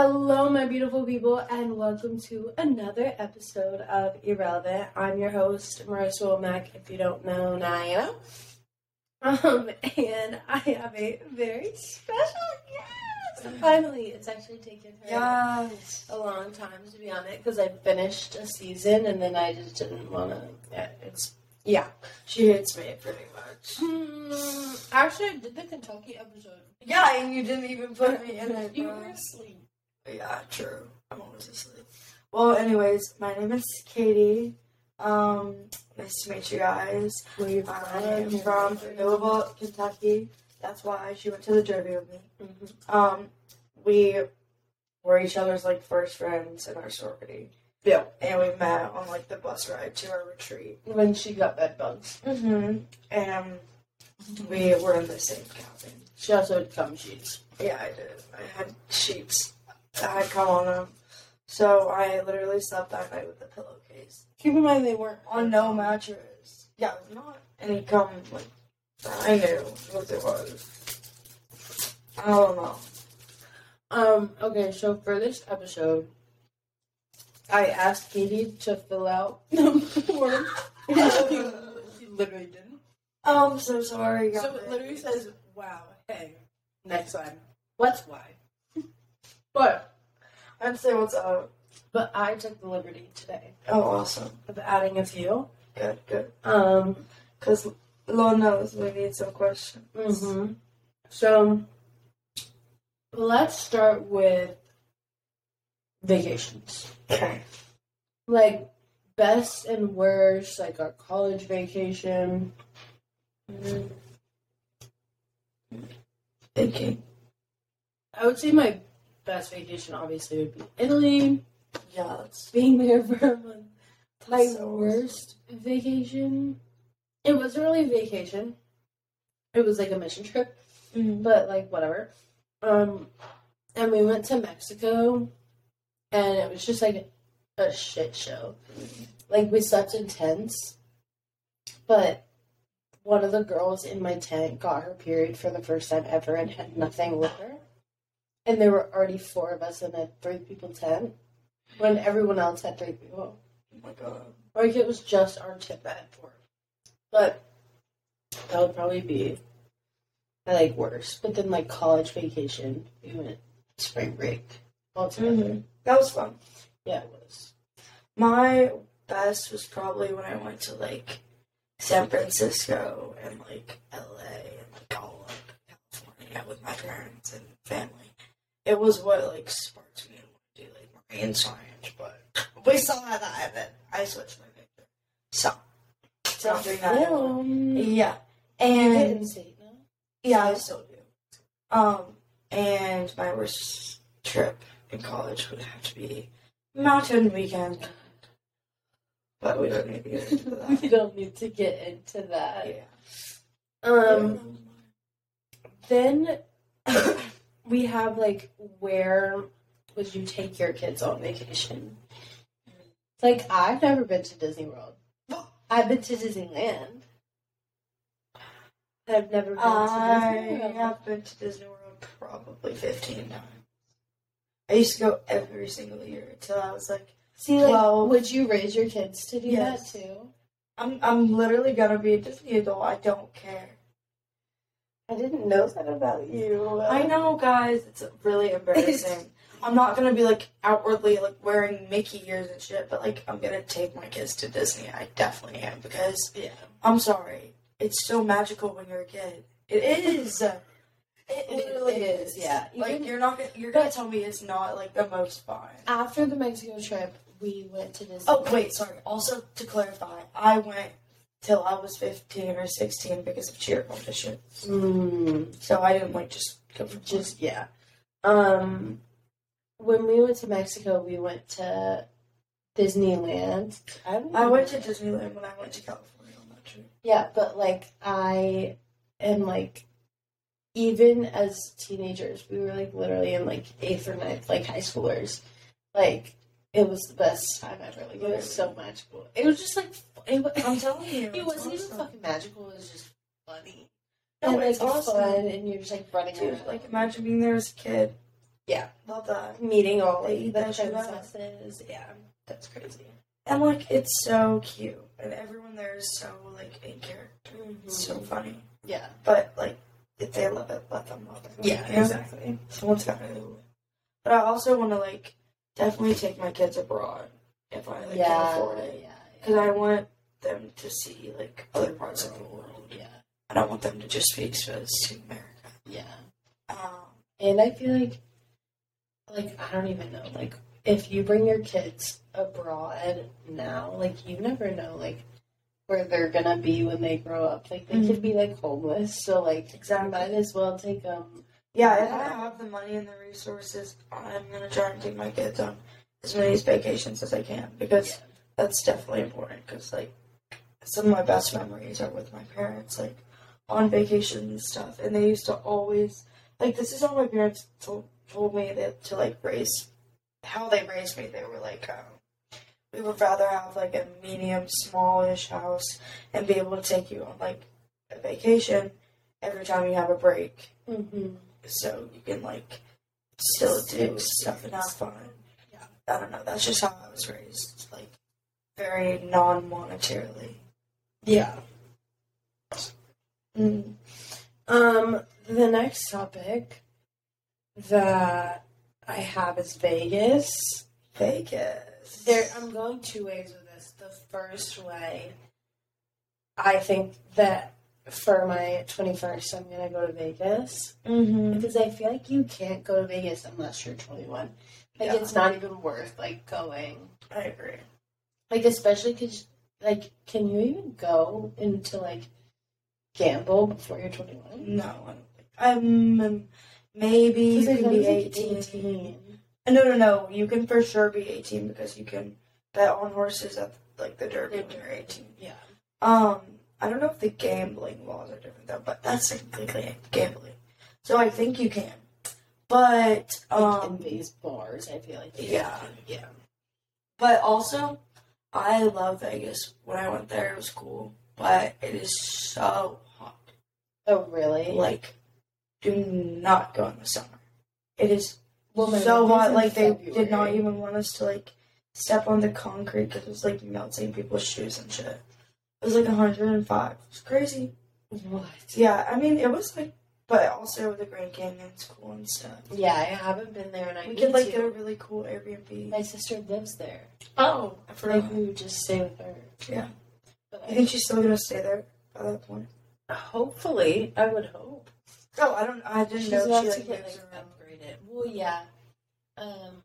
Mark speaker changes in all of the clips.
Speaker 1: my beautiful people, and welcome to another episode of Irrelevant. I'm your host, Marissa Womack. If you don't know, now you know. Um, and I have a very special guest. Finally, it's actually taken her
Speaker 2: Yes.
Speaker 1: a long time to be on it because I finished a season and then I just didn't want to. Yeah, it's yeah, she hates me pretty much.
Speaker 2: Hmm, actually, I did the Kentucky episode.
Speaker 1: Yeah, and you didn't even put me in it.
Speaker 2: You
Speaker 1: bro.
Speaker 2: were asleep.
Speaker 1: Yeah, true. I'm always asleep. Well, anyways, my name is Katie. Um, nice to meet you guys.
Speaker 2: Were you
Speaker 1: I'm from Louisville, Kentucky. That's why she went to the derby with me. Um, we were each other's like first friends in our sorority.
Speaker 2: Yeah.
Speaker 1: and we met on like the bus ride to our retreat.
Speaker 2: When she got bed bugs.
Speaker 1: Mm-hmm. And um, we were in the same cabin.
Speaker 2: She also had cum sheets.
Speaker 1: Yeah, I did. I had sheets. I had cum on them. So I literally slept that night with a pillowcase
Speaker 2: Keep in mind they weren't
Speaker 1: on no mattress. Yeah, it was not any cum like that I knew what it was. I don't know.
Speaker 2: Um, okay, so for this episode, I asked Katie to fill out the form. she, she literally didn't.
Speaker 1: Oh, I'm so sorry, guys.
Speaker 2: So it literally says, wow, hey, next time. What's why? But,
Speaker 1: I'd say what's up.
Speaker 2: but I took the liberty today
Speaker 1: Oh, awesome.
Speaker 2: of adding a few.
Speaker 1: Good, good.
Speaker 2: Um,
Speaker 1: Because Lord knows we need some questions.
Speaker 2: Mm-hmm. So let's start with vacations.
Speaker 1: Okay.
Speaker 2: Like best and worst, like our college vacation.
Speaker 1: Mm-hmm. Thinking.
Speaker 2: I would say my best vacation obviously would be Italy,
Speaker 1: Yeah, that's
Speaker 2: being there for a month. My
Speaker 1: so-
Speaker 2: worst vacation. It wasn't really a vacation. It was like a mission trip.
Speaker 1: Mm-hmm.
Speaker 2: but like whatever. Um, and we went to Mexico, and it was just like a shit show. Like we slept in tents, but one of the girls in my tent got her period for the first time ever and had nothing with her. And there were already four of us in a three people tent when everyone else had three people.
Speaker 1: Oh my god.
Speaker 2: Like it was just our tip at four. But that would probably be I like worse. But then like college vacation, we went spring break all together.
Speaker 1: Mhm. That was fun.
Speaker 2: Yeah, it was.
Speaker 1: My best was probably when I went to like San Francisco and like LA and like all of California with my parents and family. It was what like sparked me to do like marine science, but we still had that event. I switched my major. So something that
Speaker 2: Film.
Speaker 1: yeah.
Speaker 2: You
Speaker 1: And
Speaker 2: didn't say no.
Speaker 1: Yeah, I still do. Um, and my worst trip in college would have to be mountain weekend. But we don't need to get into
Speaker 2: we
Speaker 1: that.
Speaker 2: don't need to get into that.
Speaker 1: yeah.
Speaker 2: Um then we have like where would you take your kids on vacation? Like I've never been to Disney World. I've been to Disneyland. I've never been to
Speaker 1: I
Speaker 2: Disney World.
Speaker 1: have been to Disney World probably 15 times. I used to go every single year until I was like,
Speaker 2: See, like,
Speaker 1: Well-
Speaker 2: would you raise your kids to do
Speaker 1: Yes.
Speaker 2: that too?
Speaker 1: I'm, I'm literally gonna be a Disney adult. I don't care.
Speaker 2: I didn't know that about you.
Speaker 1: I know, guys. It's really embarrassing. I'm not gonna be like outwardly like wearing Mickey ears and shit, but like I'm gonna take my kids to Disney. I definitely am because
Speaker 2: Yeah.
Speaker 1: I'm sorry. It's so magical when you're a kid. It is. It, literally
Speaker 2: It
Speaker 1: is.
Speaker 2: is, yeah.
Speaker 1: Like
Speaker 2: Even-
Speaker 1: you're not. Gonna, you're gonna
Speaker 2: but-
Speaker 1: tell me it's not like the most fun.
Speaker 2: After the Mexico trip, we went to Disney.
Speaker 1: Oh wait, sorry. Also to clarify, I went till I was 15 or 16 because of cheer competition.
Speaker 2: Mm,
Speaker 1: So I didn't like just go for just.
Speaker 2: just yeah. Um, when we went to Mexico, we went to Disneyland. I, don't
Speaker 1: I went
Speaker 2: remember.
Speaker 1: to Disneyland when I went to California on that trip.
Speaker 2: Yeah, but like I am like even as teenagers, we were like literally in like eighth or ninth, like high schoolers. Like it was the best time ever. Like it was so magical. It was just like fu- it was,
Speaker 1: I'm telling you.
Speaker 2: it
Speaker 1: it's
Speaker 2: wasn't even
Speaker 1: awesome.
Speaker 2: fucking magical. It was just funny
Speaker 1: No,
Speaker 2: and like
Speaker 1: it's awesome.
Speaker 2: fun, and you're just like running
Speaker 1: Dude,
Speaker 2: around.
Speaker 1: like imagine being there as a kid.
Speaker 2: Yeah.
Speaker 1: Love that.
Speaker 2: meeting all
Speaker 1: They
Speaker 2: like
Speaker 1: eat
Speaker 2: the
Speaker 1: that shit up.
Speaker 2: princesses. Yeah, that's crazy.
Speaker 1: And like it's so cute, and everyone there is so like in character. It's so funny.
Speaker 2: Yeah,
Speaker 1: But like, if they love it, let them love it.
Speaker 2: Yeah,
Speaker 1: You know?
Speaker 2: exactly.
Speaker 1: Someone's got to. But I also want to like definitely take my kids abroad if I like, can afford it,
Speaker 2: yeah,
Speaker 1: because I want them to see like other parts of the world.
Speaker 2: yeah,
Speaker 1: I don't want them to just be exposed to America.
Speaker 2: yeah.
Speaker 1: Um,
Speaker 2: And I feel like, like I don't even know. Like if you bring your kids abroad now, like you never know, like where they're gonna be when they grow up. Like they could be like homeless. So like,
Speaker 1: Mm-hmm. Exactly.
Speaker 2: might as well take them.
Speaker 1: Yeah, if I have the money and the resources, I'm gonna try and take my kids on as many vacations as I can because
Speaker 2: Yeah.
Speaker 1: that's definitely important. Because like some of my best memories are with my parents, like on vacations and stuff. And they used to always like this is how my parents told told me that to like raise how they raised me. They were like, um, we would rather have like a medium, smallish house and be able to take you on like a vacation every time you have a break
Speaker 2: Mm-hmm.
Speaker 1: so you can like still do stuff and have fun.
Speaker 2: Yeah.
Speaker 1: I don't know. That's just how I was raised, like very non-monetarily.
Speaker 2: Yeah.
Speaker 1: Mm.
Speaker 2: Um, the next topic that I have is Vegas.
Speaker 1: Vegas.
Speaker 2: There, I'm going two ways with this. The first way, I think that for my 21st, I'm gonna go to Vegas
Speaker 1: mm-hmm.
Speaker 2: because I feel like you can't go to Vegas unless you're 21. Like
Speaker 1: Yeah.
Speaker 2: it's not even worth like going.
Speaker 1: I agree.
Speaker 2: Like especially because like, can you even go into like gamble before you're 21?
Speaker 1: No, I don't think. I'm um, maybe you
Speaker 2: Because I
Speaker 1: can
Speaker 2: thought it
Speaker 1: be
Speaker 2: was, like,
Speaker 1: 18. Uh, No, no, no. You can for sure be 18 because you can bet on horses at like the Derby when you're 18.
Speaker 2: Yeah.
Speaker 1: Um, I don't know if the gambling laws are different though, but that's technically gambling. So I think you can. But
Speaker 2: like
Speaker 1: um,
Speaker 2: in these bars. I feel like
Speaker 1: yeah.
Speaker 2: yeah,
Speaker 1: but also, I love Vegas. When I went there, it was cool, but it is so hot.
Speaker 2: oh really?
Speaker 1: Like, do not go in the summer. It is
Speaker 2: my
Speaker 1: so
Speaker 2: birthday's
Speaker 1: hot.
Speaker 2: in
Speaker 1: Like they did not
Speaker 2: February.
Speaker 1: even want us to like step on the concrete because it was like melting people's shoes and shit. It was like 105. It was crazy.
Speaker 2: what?
Speaker 1: Yeah, I mean it was like, but also the Grand Canyon's cool and stuff.
Speaker 2: Yeah, I haven't been there, and I
Speaker 1: We
Speaker 2: need
Speaker 1: could like
Speaker 2: to.
Speaker 1: get a really cool Airbnb.
Speaker 2: My sister lives there.
Speaker 1: Oh, I
Speaker 2: Like
Speaker 1: forgot.
Speaker 2: we would just stay with her.
Speaker 1: Yeah.
Speaker 2: But
Speaker 1: You
Speaker 2: I,
Speaker 1: think she's still gonna stay there by that point?
Speaker 2: hopefully, I would hope
Speaker 1: No, I don't. I didn't
Speaker 2: she's
Speaker 1: know
Speaker 2: about
Speaker 1: she
Speaker 2: to
Speaker 1: like,
Speaker 2: get
Speaker 1: moves
Speaker 2: like
Speaker 1: around.
Speaker 2: upgraded. Well, yeah, um,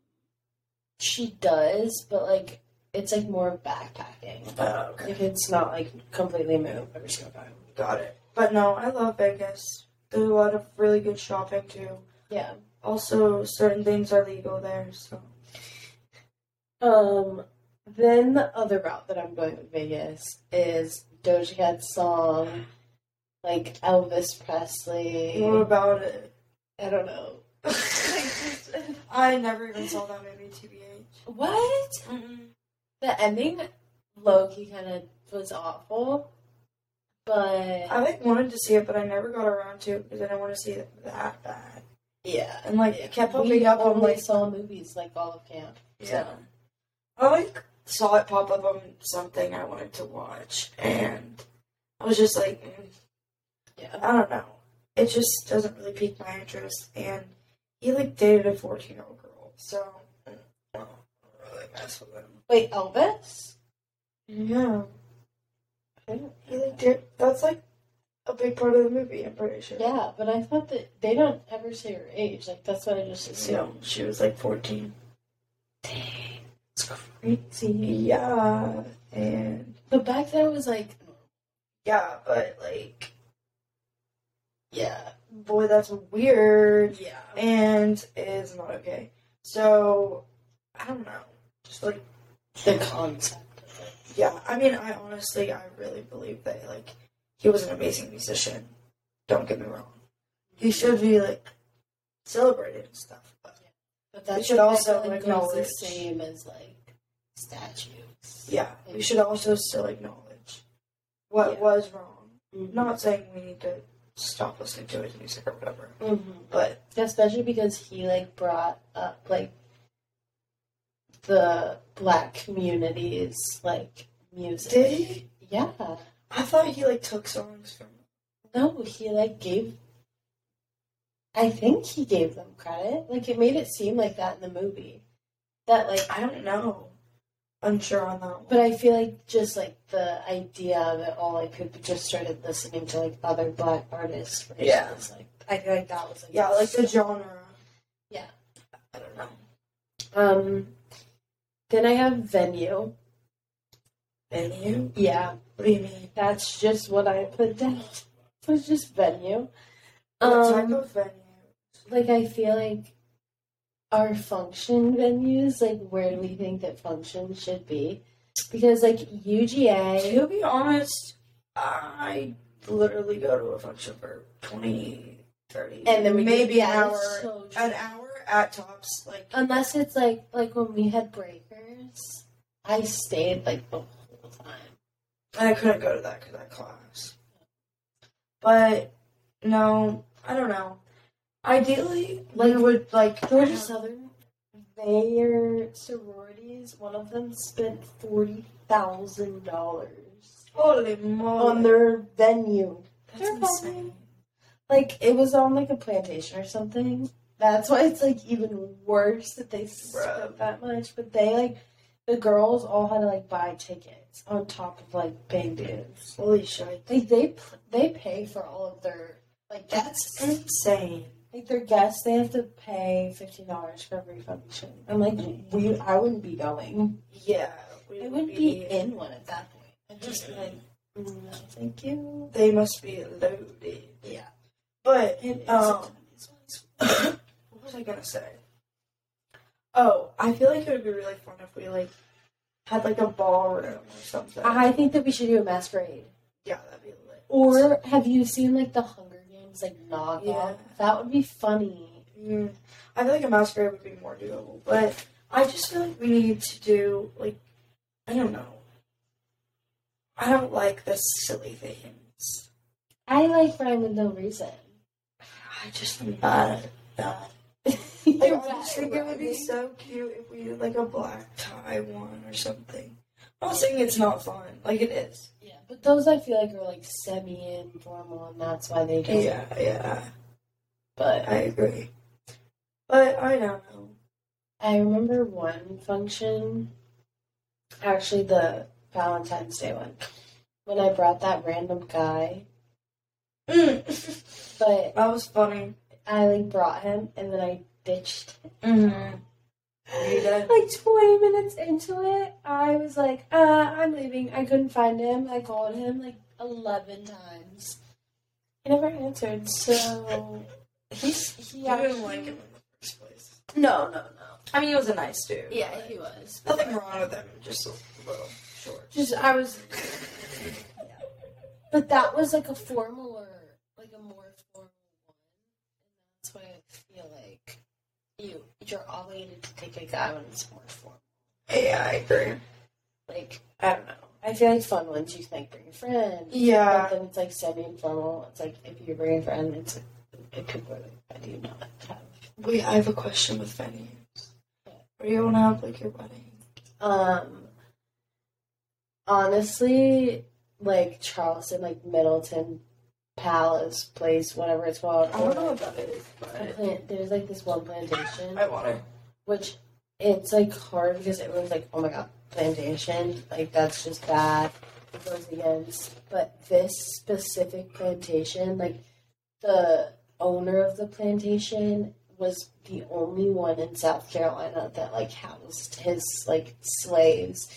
Speaker 2: she does, but like it's like more backpacking.
Speaker 1: Oh, okay.
Speaker 2: Like it's not like completely move every single time.
Speaker 1: Got it. But no, I love Vegas. There's a lot of really good shopping too.
Speaker 2: Yeah.
Speaker 1: Also, certain things are legal there, so
Speaker 2: Um, then the other route that I'm going with Vegas is Doja Cat's song, like Elvis Presley.
Speaker 1: what about it?
Speaker 2: I don't know.
Speaker 1: I never even saw that movie, tbh.
Speaker 2: what? The ending, low key, kind of was awful,
Speaker 1: I
Speaker 2: but
Speaker 1: like wanted to see it, but I never got around to it because I didn't want to see it that bad.
Speaker 2: yeah.
Speaker 1: And like it kept popping
Speaker 2: We
Speaker 1: up on
Speaker 2: only
Speaker 1: like
Speaker 2: saw movies like all of camp.
Speaker 1: yeah. I like saw it pop up on something I wanted to watch, and I was just like, mm,
Speaker 2: Yeah.
Speaker 1: I don't know. It just doesn't really pique my interest. And he like dated a fourteen year old girl, so mm, I don't really mess with him.
Speaker 2: Wait, Elvis?
Speaker 1: Yeah,
Speaker 2: I don't-
Speaker 1: he like did. That's like a big part of the movie. I'm pretty sure.
Speaker 2: Yeah, but I thought that they don't ever say her age. Like that's what I just
Speaker 1: So
Speaker 2: assumed.
Speaker 1: she was like fourteen.
Speaker 2: Dang, it's crazy.
Speaker 1: Yeah, and
Speaker 2: But back then it was like,
Speaker 1: yeah, but like,
Speaker 2: yeah,
Speaker 1: boy, that's weird.
Speaker 2: yeah,
Speaker 1: and is not okay. So I don't know. Just like
Speaker 2: the concept of it.
Speaker 1: yeah, I mean, I honestly, I really believe that like he was an amazing musician. Don't get me wrong. He should be like celebrated and stuff. But
Speaker 2: But that
Speaker 1: We should
Speaker 2: that
Speaker 1: also
Speaker 2: goes the
Speaker 1: acknowledge-
Speaker 2: same as like statues.
Speaker 1: yeah, we should also still acknowledge what
Speaker 2: Yeah.
Speaker 1: was wrong.
Speaker 2: Mhm.
Speaker 1: not saying we need to stop listening to his music or whatever.
Speaker 2: Mm-hmm.
Speaker 1: But
Speaker 2: especially because he like brought up like the black community's like music.
Speaker 1: did he?
Speaker 2: Yeah.
Speaker 1: I thought he like took songs from.
Speaker 2: No, he like gave. I think he gave them credit. Like it made it seem like that in the movie. That like,
Speaker 1: I don't know. I'm sure on that one.
Speaker 2: but I feel like just like the idea of it all, like people just started listening to like other black artists. versus,
Speaker 1: Yeah.
Speaker 2: Like I feel like that was like
Speaker 1: Yeah, like the genre.
Speaker 2: Yeah.
Speaker 1: I don't know.
Speaker 2: um. Then I have venue.
Speaker 1: Venue?
Speaker 2: Yeah,
Speaker 1: What do you mean?
Speaker 2: that's just what I put down. So it's just venue.
Speaker 1: What
Speaker 2: Um,
Speaker 1: type of venue?
Speaker 2: like I feel like our function venues, like where do we think that function should be? Because like UGA,
Speaker 1: To be honest, I literally go to a function for 20, 30,
Speaker 2: and then we
Speaker 1: maybe an
Speaker 2: yeah,
Speaker 1: hour,
Speaker 2: it's so true.
Speaker 1: an hour at tops. Like
Speaker 2: unless it's like like when we had breakers, I stayed like oh, the whole time.
Speaker 1: and I couldn't go to that because I had class. But no, I don't know. Ideally, like would like
Speaker 2: Georgia Southern, their sororities, one of them spent forty thousand dollars
Speaker 1: holy moly
Speaker 2: on their venue.
Speaker 1: That's insane.
Speaker 2: like it was on like a plantation or something. That's why it's like even worse that they
Speaker 1: Bruh.
Speaker 2: spent that much. But they like the girls all had to like buy tickets on top of like paying dues.
Speaker 1: Holy shit,
Speaker 2: Like they pl- they pay for all of their like
Speaker 1: that's
Speaker 2: that's
Speaker 1: insane.
Speaker 2: like their guests. They have to pay fifteen dollars for every function. I'm like we I wouldn't be going.
Speaker 1: Yeah, we
Speaker 2: I
Speaker 1: would
Speaker 2: wouldn't be in one at that point. I'd just be like mm, no, thank you.
Speaker 1: They must be loaded.
Speaker 2: Yeah.
Speaker 1: But
Speaker 2: It is
Speaker 1: Um, what was I gonna say? Oh, I feel like it would be really fun if we like had like a ballroom or something.
Speaker 2: I think that we should do a masquerade.
Speaker 1: yeah, that'd be lit.
Speaker 2: Or have you seen like the Hunger Games like knockoff?
Speaker 1: Yeah.
Speaker 2: That would be funny.
Speaker 1: Mm, I feel like a masquerade would be more doable, but I just feel like we need to do like I don't know. I don't like the silly things.
Speaker 2: I like Rhyme with No Reason.
Speaker 1: I just am bad at that. Like,
Speaker 2: You're
Speaker 1: I just think it would be
Speaker 2: right.
Speaker 1: so cute if we did like a black tie one or something. I'm not saying it's not fun, like it is.
Speaker 2: Yeah, but those I feel like are like semi informal, and that's why they do.
Speaker 1: Yeah, yeah,
Speaker 2: But
Speaker 1: I agree. But I don't know.
Speaker 2: I remember one function, actually the Valentine's Day one, when I brought that random guy.
Speaker 1: Mm.
Speaker 2: But
Speaker 1: that was funny.
Speaker 2: I like brought him, and then I ditched
Speaker 1: Mm-hmm. You did?
Speaker 2: like 20 minutes into it, I was like, uh, I'm leaving. I couldn't find him. I called him like 11 times. He never answered, so he's he
Speaker 1: You
Speaker 2: actually
Speaker 1: didn't like him in the first place.
Speaker 2: No, no, no.
Speaker 1: I mean, he was a nice dude.
Speaker 2: Yeah,
Speaker 1: but
Speaker 2: he was.
Speaker 1: Nothing wrong with him, just a little short.
Speaker 2: Just I was, but that was like a formaler, like a more formal one, and that's why I feel like you you're obligated to take a guy when it's more formal.
Speaker 1: Yeah, I agree.
Speaker 2: Like I don't know. I feel like fun ones you can like bring a friend.
Speaker 1: Yeah.
Speaker 2: But then it's like semi informal. It's like if you bring a friend, it's it could be like, I do not have.
Speaker 1: Wait, I have a question with venues. Are you gonna have like your wedding?
Speaker 2: Um, honestly, like Charleston, like Middleton Palace Place, whatever it's called.
Speaker 1: I don't know what that is,
Speaker 2: or the
Speaker 1: but
Speaker 2: plant- There's like this one plantation,
Speaker 1: I want to.
Speaker 2: which it's like hard because everyone's like, oh my god, plantation, like that's just bad. It goes against. But this specific plantation, like the owner of the plantation was the only one in South Carolina that like housed his like slaves,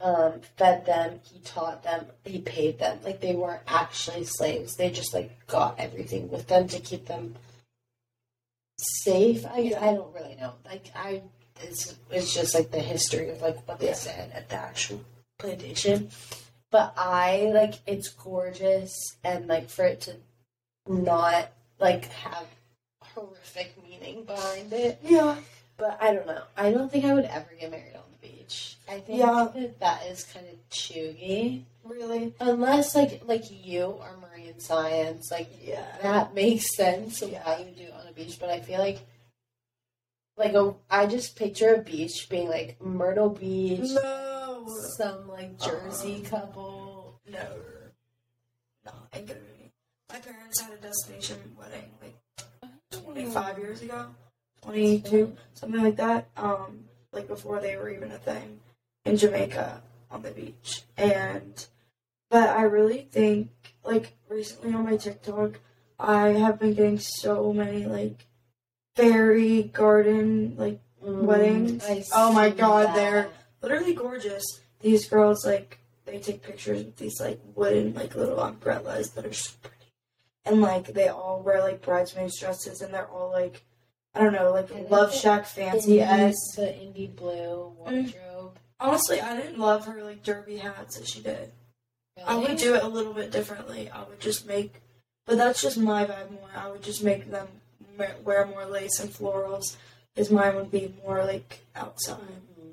Speaker 2: um, fed them, he taught them, he paid them. Like they weren't actually slaves. They just like got everything with them to keep them safe. I I don't really know. Like I it's it's just like the history of like what they
Speaker 1: Yeah.
Speaker 2: said at the actual plantation. But I like it's gorgeous and like for it to not like have horrific meaning behind it.
Speaker 1: Yeah.
Speaker 2: But I don't know. I don't think I would ever get married on the beach. I think
Speaker 1: Yeah.
Speaker 2: that that is kind of chuggy.
Speaker 1: Really?
Speaker 2: Unless like like you are marine science, like
Speaker 1: Yeah.
Speaker 2: that makes sense of
Speaker 1: Yeah.
Speaker 2: why you do it on a beach. But I feel like like a, I just picture a beach being like Myrtle Beach,
Speaker 1: No.
Speaker 2: some like Jersey couple.
Speaker 1: No. No, I couldn't. My parents had a destination wedding like 25 years ago, 22, something like that. Um, like before they were even a thing in Jamaica on the beach. And, but I really think, like, recently on my TikTok, I have been getting so many, like, fairy garden, like, Weddings.
Speaker 2: Mm, I
Speaker 1: Oh my
Speaker 2: see
Speaker 1: God,
Speaker 2: that.
Speaker 1: they're- literally gorgeous. These girls like they take pictures with these like wooden like little umbrellas that are so pretty, and like they all wear like bridesmaids dresses, and they're all like I don't know like
Speaker 2: And
Speaker 1: love
Speaker 2: it's,
Speaker 1: shack fancy
Speaker 2: Indie-
Speaker 1: as.
Speaker 2: the indie blue wardrobe.
Speaker 1: Honestly, I didn't love her like derby hats that she did. I would
Speaker 2: Really?
Speaker 1: do it a little bit differently. I would just make, but that's just my vibe more. I would just make them wear- wear more lace and florals, because mine would be more like outside.
Speaker 2: Mhm.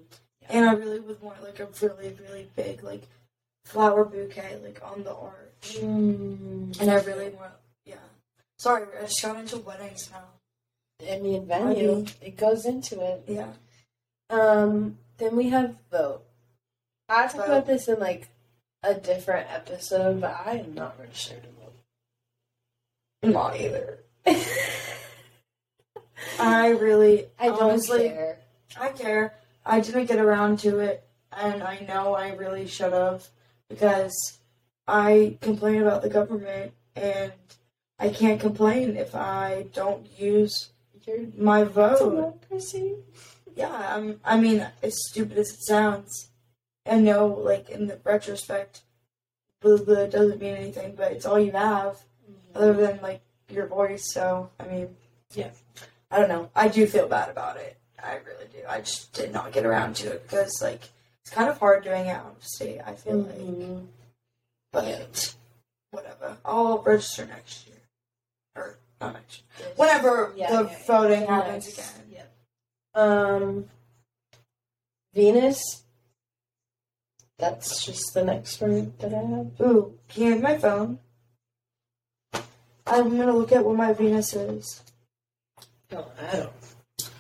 Speaker 1: And I really would want like a really, really big like flower bouquet like on the arch.
Speaker 2: Mm.
Speaker 1: And I really want yeah. Sorry, I just got into weddings now.
Speaker 2: I mean, venue. It goes into it.
Speaker 1: Yeah.
Speaker 2: Um, then we have vote. I talked
Speaker 1: Vote.
Speaker 2: about this in like a different episode, but I am not registered to vote.
Speaker 1: Not either. I really
Speaker 2: I don't
Speaker 1: honestly,
Speaker 2: care.
Speaker 1: I care. I didn't get around to it and I know I really should have because I complain about the government and I can't complain if I don't use
Speaker 2: You're
Speaker 1: my
Speaker 2: a
Speaker 1: vote.
Speaker 2: democracy.
Speaker 1: Yeah, um, I mean, as stupid as it sounds, I know, like, in the retrospect, blah, blah doesn't mean anything, but it's all you have,
Speaker 2: Mm-hmm.
Speaker 1: other than, like, your voice, so, I mean.
Speaker 2: Yeah.
Speaker 1: I don't know. I do feel bad about it. I really do. I just did not get around to it because, like, it's kind of hard doing it out of state, I feel like.
Speaker 2: Mhm.
Speaker 1: But, whatever. I'll register next year. Or, not next year.
Speaker 2: Yes.
Speaker 1: Whenever
Speaker 2: Yeah,
Speaker 1: the
Speaker 2: yeah, yeah.
Speaker 1: voting
Speaker 2: Yes.
Speaker 1: happens again.
Speaker 2: Yep. Um, Venus. That's just the next word that I have.
Speaker 1: Ooh, can you hand my phone? I'm gonna look at what my Venus is.
Speaker 2: No, I don't.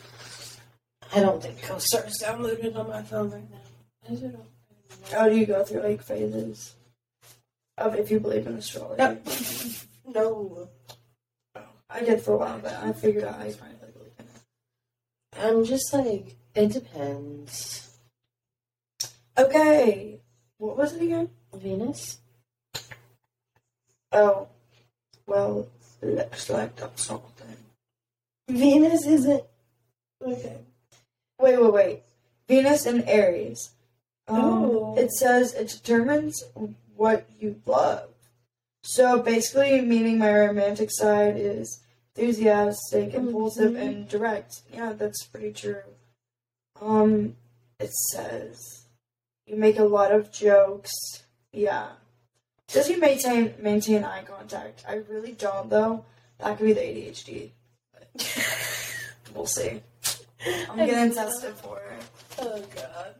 Speaker 2: I don't think CoStar is downloaded on my phone right now. Is it?
Speaker 1: How Oh, do you go through like phases of if you believe in astrology?
Speaker 2: No. No.
Speaker 1: I did for a while, but I figured out I finally believe in it.
Speaker 2: I'm just like, it depends.
Speaker 1: Okay, what was it again?
Speaker 2: Venus?
Speaker 1: Oh, well, looks like that's something.
Speaker 2: Venus isn't. Okay.
Speaker 1: Wait, wait, wait. Venus and Aries. Um,
Speaker 2: Ooh.
Speaker 1: it says it determines what you love. So basically, meaning my romantic side is enthusiastic, impulsive,
Speaker 2: Mhm.
Speaker 1: and direct. Yeah, that's pretty true. Um, it says you make a lot of jokes. Yeah. Does you maintain maintain eye contact? I really don't though. That could be the ADHD. We'll see. I'm
Speaker 2: I
Speaker 1: getting
Speaker 2: love that.
Speaker 1: tested for it.
Speaker 2: Oh, God.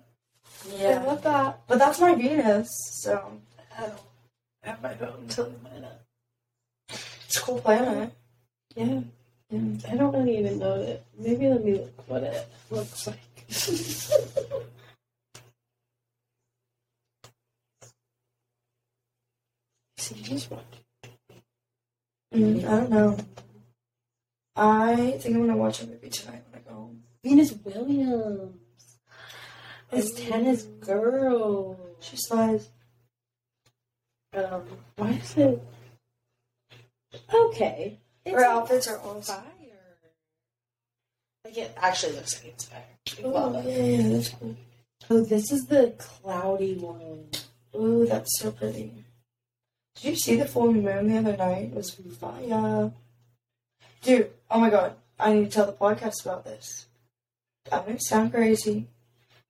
Speaker 2: I
Speaker 1: Yeah.
Speaker 2: love that.
Speaker 1: But that's my Venus, so
Speaker 2: Oh. I have my phone totally mine up.
Speaker 1: it's a cool planet.
Speaker 2: Yeah. I don't really even know it. Maybe let me look what it looks like. See, he's watching.
Speaker 1: Mm, I don't know. I think I'm gonna watch a movie tonight when I go home.
Speaker 2: Venus Williams. This
Speaker 1: Ooh.
Speaker 2: tennis girl.
Speaker 1: She slides.
Speaker 2: Um, why is it? Okay. It's
Speaker 1: Her outfits are
Speaker 2: on
Speaker 1: awesome.
Speaker 2: fire. Like it actually looks like it's fire. I love
Speaker 1: Ooh,
Speaker 2: it.
Speaker 1: yeah, yeah, that's cool.
Speaker 2: Oh, this is the cloudy one.
Speaker 1: Ooh, that's so pretty. Did you see the full moon the other night? It was fire. Dude, oh my god. I need to tell the podcast about this. I'm gonna sound crazy,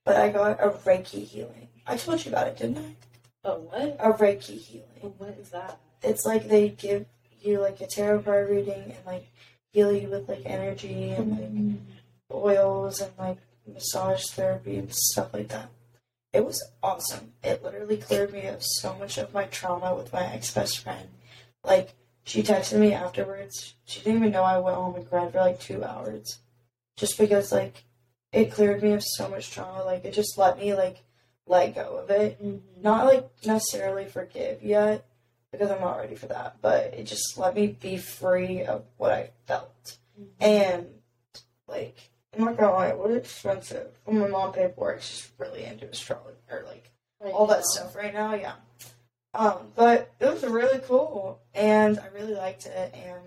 Speaker 1: but I got a Reiki healing. I told you about it, didn't
Speaker 2: Oh, what?
Speaker 1: I? A Reiki healing.
Speaker 2: What is that?
Speaker 1: it's like they give you like a tarot card reading and like heal you with like energy and like oils and like massage therapy and stuff like that. It was awesome. It literally cleared me of so much of my trauma with my ex best friend. Like, she texted me afterwards. She didn't even know I went home and cried for like two hours. Just because, like, it cleared me of so much trauma. Like, it just let me, like, let go of it. Not, like, necessarily forgive yet, because I'm not ready for that, but it just let me be free of what I felt. And, like, I'm not gonna lie, it was expensive. When my mom paid for it, she's really into astrology or like all that stuff right now, yeah. Um, but it was really cool and I really liked it and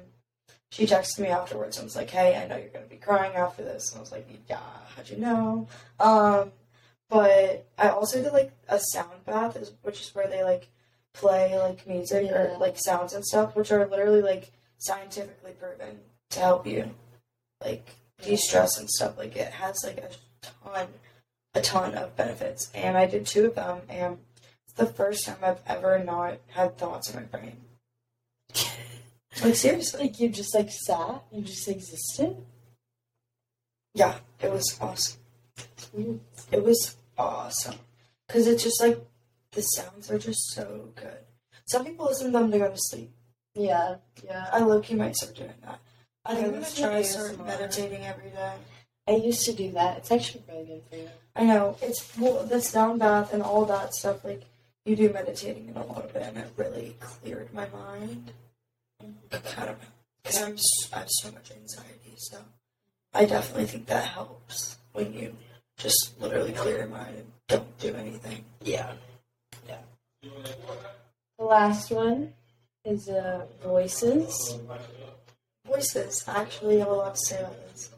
Speaker 1: she texted me afterwards and was like, Hey, I know you're gonna be crying after this and I was like, Yeah, how'd you know? Um but I also did like a sound bath is- which is where they like play like music or
Speaker 2: Yeah.
Speaker 1: like sounds and stuff, which are literally like scientifically proven to help you like de stress and stuff. Like it has like a ton a ton of benefits. And I did two of them and it's the first time I've ever not had thoughts in my brain. Like seriously.
Speaker 2: Like you just like sat, you just existed.
Speaker 1: Yeah, it was awesome.
Speaker 2: Mm.
Speaker 1: It was awesome. Cause it's just like the sounds are just so good. Some people listen to them to go to sleep.
Speaker 2: Yeah, yeah.
Speaker 1: I low key might start doing that. I think
Speaker 2: I'm
Speaker 1: I'm
Speaker 2: gonna
Speaker 1: gonna
Speaker 2: do
Speaker 1: try to start
Speaker 2: ASMR.
Speaker 1: meditating every day.
Speaker 2: I used to do that. It's actually really good for you.
Speaker 1: I know it's well, the sound bath and all that stuff. Like you do meditating and a lot of it, and it really cleared my mind. I don't know because I'm s- I have so much anxiety, so I definitely think that helps when you just literally clear your mind and don't do anything.
Speaker 3: Yeah.
Speaker 2: The last one is uh, voices.
Speaker 1: Voices. I actually have a lot to say about this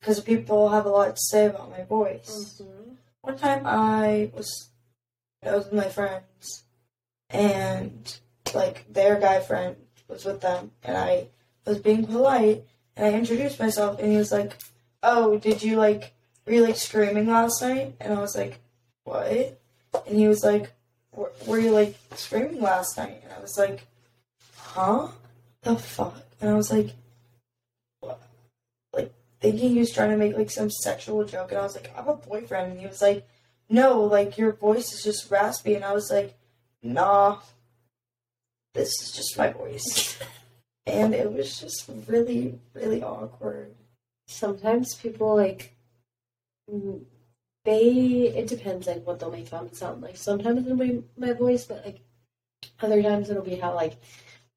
Speaker 1: because people have a lot to say about my voice.
Speaker 2: Mm.
Speaker 1: one time I was I was with my friends and like their guy friend was with them and I was being polite and I introduced myself and he was like, Oh, did you like were you like screaming last night? And I was like, What? And he was like, "Were- Were you like screaming last night? And I was like, Huh? The fuck? And I was like, What? Like thinking he was trying to make like some sexual joke and I was like, I have a boyfriend and he was like, No, like your voice is just raspy and I was like, Nah. This is just my voice. and it was just really, really awkward.
Speaker 2: Sometimes people like mm, they. It depends like what they'll make them sound like. Sometimes it'll be my voice, but like other times it'll be how like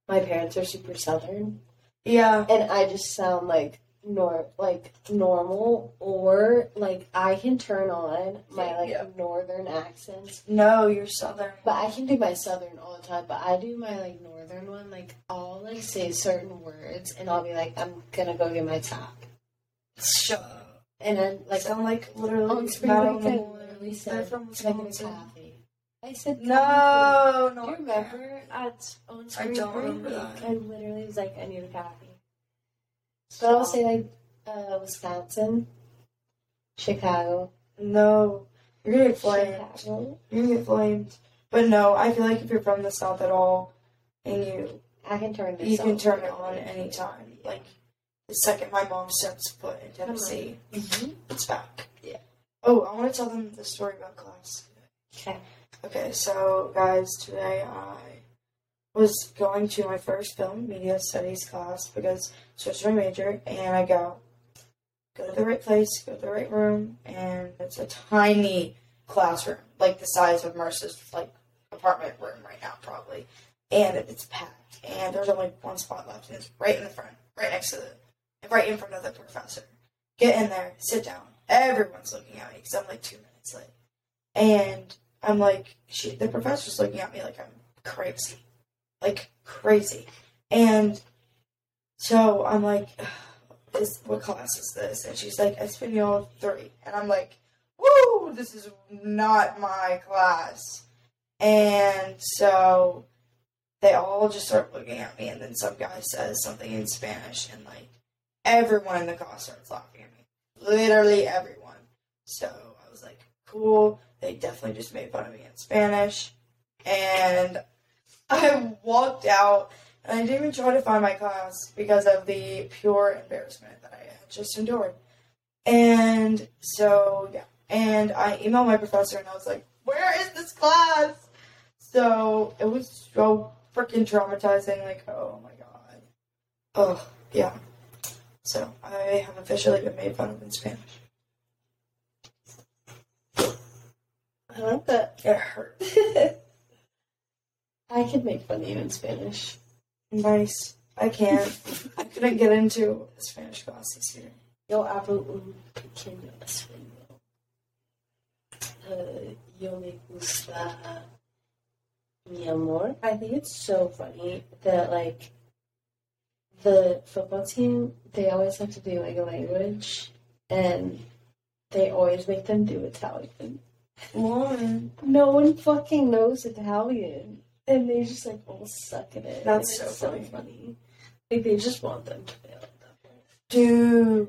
Speaker 2: my parents are super southern.
Speaker 1: Yeah.
Speaker 2: and I just sound like nor like normal or like I can turn on my like
Speaker 1: Yeah.
Speaker 2: northern accents.
Speaker 1: No, you're southern.
Speaker 2: But I can do my southern all the time, but I do my like northern one, like I'll like say certain words and I'll be like, I'm gonna go get my top.
Speaker 1: Shut up.
Speaker 2: And then
Speaker 1: Like
Speaker 2: like
Speaker 1: sound like literally
Speaker 2: on spring
Speaker 1: Madeline
Speaker 2: break I
Speaker 1: Moore.
Speaker 2: literally
Speaker 1: They're
Speaker 2: said
Speaker 1: from
Speaker 2: I'm gonna
Speaker 1: Wisconsin.
Speaker 2: coffee. I said coffee.
Speaker 1: No, no.
Speaker 2: Do you remember at on spring
Speaker 1: don't
Speaker 2: break?
Speaker 1: remember that.
Speaker 2: I literally was like, I need a coffee. But I'll say like uh, Wisconsin, Chicago,
Speaker 1: No. You're gonna get flamed.
Speaker 2: Chicago.
Speaker 1: You're gonna get flamed. But no, I feel like if you're from the south at all and you
Speaker 2: I can turn this.
Speaker 1: You can
Speaker 2: on.
Speaker 1: turn it on at any time. Like the second my mom steps foot in Tennessee,
Speaker 2: Mhm.
Speaker 1: it's back.
Speaker 2: Yeah.
Speaker 1: Oh, I want to tell them the story about class.
Speaker 2: Okay.
Speaker 1: Okay, so guys, today I was going to my first film media studies class because switched my major, and I go go to the right place, go to the right room, and it's a tiny classroom, like the size of Mercer's like apartment room right now, probably, and it's packed, and there's only one spot left, and it's right in the front, right next to the, right in front of the professor. Get in there, sit down. Everyone's looking at me because I'm like two minutes late, and I'm like, she, the professor's looking at me like I'm crazy, like crazy, and so I'm like, this what class is this? And she's like, Espanol three, and I'm like, woo, this is not my class. And so they all just start looking at me, and then some guy says something in Spanish, and like everyone in the class starts laughing at me, literally everyone. So I was like, cool. They definitely just made fun of me in Spanish, and I walked out and I didn't even try to find my class because of the pure embarrassment that I had just endured. And so, yeah. And I emailed my professor and I was like, where is this class? So it was so freaking traumatizing. Like, oh my god. Oh, yeah. So I have officially been made fun of in Spanish.
Speaker 2: I like that.
Speaker 1: It hurt.
Speaker 2: I could make fun of you in Spanish.
Speaker 1: Nice. I can't. I couldn't get into the Spanish class this year.
Speaker 2: Yo hablo un pequeño español. Uh, yo me gusta mi amor. I think it's so funny that like the football team they always have to do like a language, and they always make them do Italian.
Speaker 1: Lauren.
Speaker 2: No one fucking knows Italian, and they just like all suck at it.
Speaker 1: That's
Speaker 2: And it's
Speaker 1: so funny.
Speaker 2: Like they just want them to fail. at that point.
Speaker 1: Dude.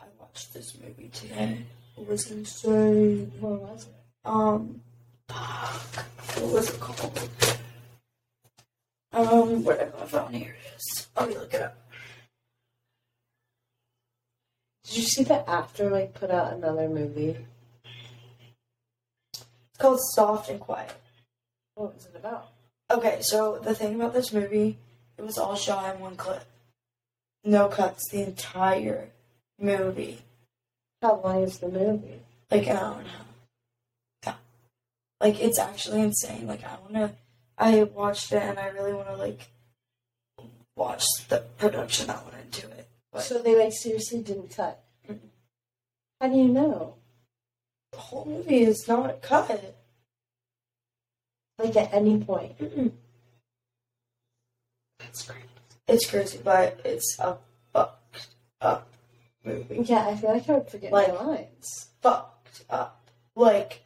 Speaker 1: I watched this movie today. It was insane.
Speaker 2: What was it?
Speaker 1: Um. Fuck. What was it called? Um, whatever my phone here it is. Let me look it up.
Speaker 2: Did you see that after like put out another movie?
Speaker 1: It's called Soft and Quiet.
Speaker 2: What was it about?
Speaker 1: Okay, so the thing about this movie, it was all shot in one clip. No cuts the entire movie.
Speaker 2: How long is the movie?
Speaker 1: Like an hour and a half. Yeah. Like it's actually insane. Like I wanna I watched it and I really wanna like watch the production that went into it. But
Speaker 2: So they like seriously didn't cut.
Speaker 1: Mhm.
Speaker 2: How do you know?
Speaker 1: the whole movie is not cut.
Speaker 2: Like at any point.
Speaker 1: Mm-mm.
Speaker 2: That's great.
Speaker 1: It's crazy, but it's a fucked up movie.
Speaker 2: Yeah, I feel like I would forget
Speaker 1: Like-
Speaker 2: my lines.
Speaker 1: fucked up. Like,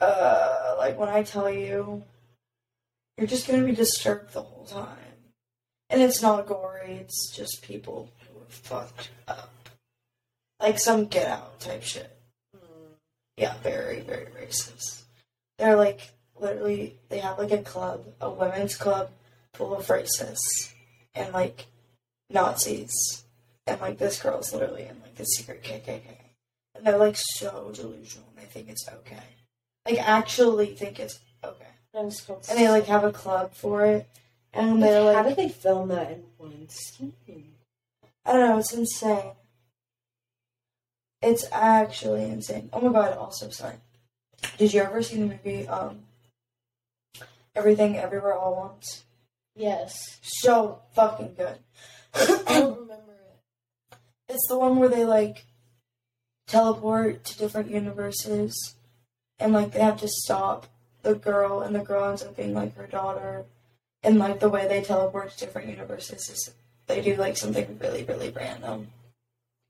Speaker 1: uh, like when I tell you, you're just gonna be disturbed the whole time. And it's not gory, it's just people who are fucked up. Like some get out type shit.
Speaker 2: Hmm.
Speaker 1: Yeah, very, very racist. They're like, literally, they have like a club, a women's club full of racists and like Nazis and like this girl's literally in like the secret KKK, and they're like so delusional, and they think it's okay, like actually think it's okay,
Speaker 2: That was called
Speaker 1: and they like have a club for it, and they're
Speaker 2: how did
Speaker 1: like,
Speaker 2: they film that in one scene?
Speaker 1: I don't know, it's insane. It's actually insane. Oh my god! Also, sorry. Did you ever see the movie um, Everything Everywhere All at Once?
Speaker 2: Yes.
Speaker 1: So fucking
Speaker 2: I
Speaker 1: good.
Speaker 2: don't remember it.
Speaker 1: It's the one where they like teleport to different universes, and like they have to stop the girl, and the girl ends up being like her daughter, and like the way they teleport to different universes is they do like something really really random.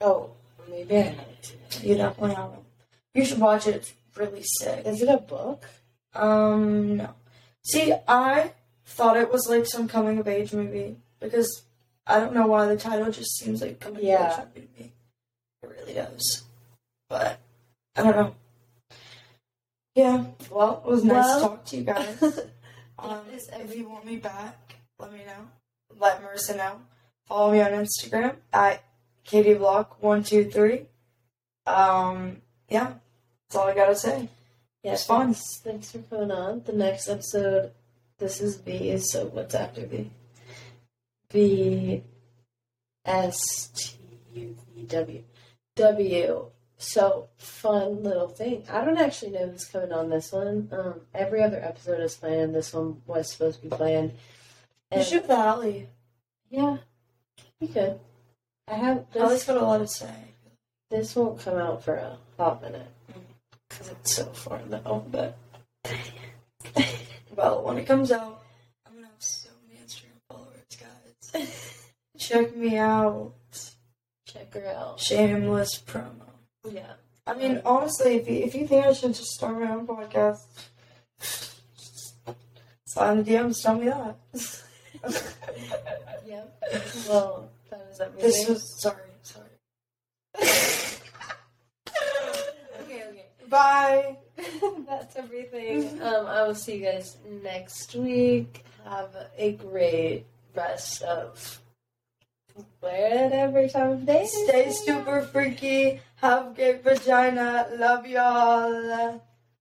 Speaker 2: Oh, maybe I haven't seen it.
Speaker 1: You definitely haven't. You should watch it. It's really sick.
Speaker 2: Is it a book?
Speaker 1: Um, no. See, I thought it was like some coming of age movie because I don't know why the title just seems like coming
Speaker 2: Yeah.
Speaker 1: of age movie. to me. It really does, but I don't know. Yeah. Well, it was nice
Speaker 2: Well-
Speaker 1: to talk to you guys. um, if you want me back, let me know. Let Marissa know. Follow me on Instagram at katieblock123. Um, yeah, that's all I gotta say.
Speaker 2: Yeah,
Speaker 1: It's fun.
Speaker 2: Thanks, thanks for coming on. The next episode, this is B. is So what's after B? B S T U E W W. So fun little thing. I don't actually know who's coming on this one. Um, every other episode is planned. This one was supposed to be planned.
Speaker 1: You
Speaker 2: And-
Speaker 1: should value.
Speaker 2: Yeah, we could. I have
Speaker 1: I always
Speaker 2: this.
Speaker 1: got a lot to say.
Speaker 2: This won't come out for a hot minute because it's so far though. But
Speaker 1: Well, when it comes out, I'm gonna have so many Instagram followers, guys. Check me out.
Speaker 2: check her out.
Speaker 1: Shameless promo.
Speaker 2: Yeah.
Speaker 1: I mean, honestly, if you, if you think I should just start my own podcast, sign the DMs, tell me that.
Speaker 2: Yep. Well, that was everything.
Speaker 1: this was sorry, sorry.
Speaker 2: okay, okay.
Speaker 1: Bye.
Speaker 2: That's everything. Um, I will see you guys next week. Have a great rest of Wear it every time of day.
Speaker 1: Stay super freaky. Have great vagina. Love y'all.